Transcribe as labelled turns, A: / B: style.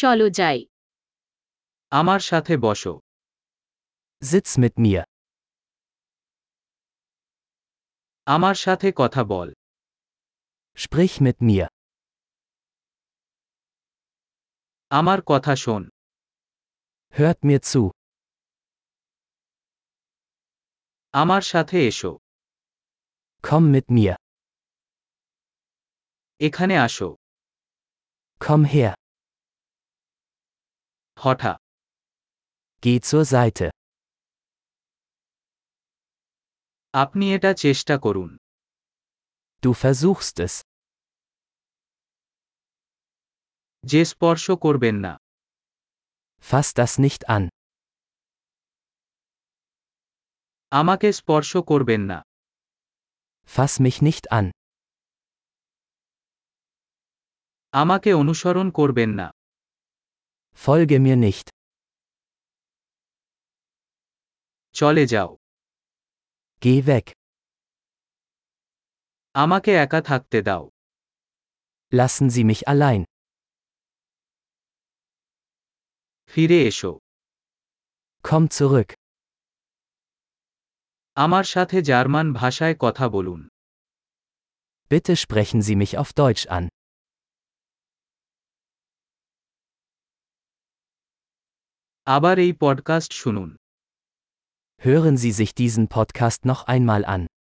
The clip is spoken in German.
A: চলো যাই
B: আমার সাথে বসো Sitz mit mir. আমার সাথে কথা বল Sprich mit mir. আমার কথা শোন Hört mir zu. আমার সাথে এসো Komm mit mir. এখানে আসো Komm her. হঠাৎ Geh zur Seite. আপনি এটা চেষ্টা করুন Du versuchst es. যে স্পর্শ করবেন না Fass das nicht an. আমাকে স্পর্শ করবেন না Fass mich nicht an. আমাকে অনুসরণ করবেন না Folge mir nicht. চলে যাও Geh weg. আমাকে একা থাকতে দাও Lassen Sie mich allein. ফিরে এসো Komm zurück. আমার সাথে জার্মান ভাষায় কথা বলুন Bitte sprechen Sie mich auf Deutsch an. আবার এই পডকাস্ট শুনুন Hören Sie sich diesen Podcast noch einmal an.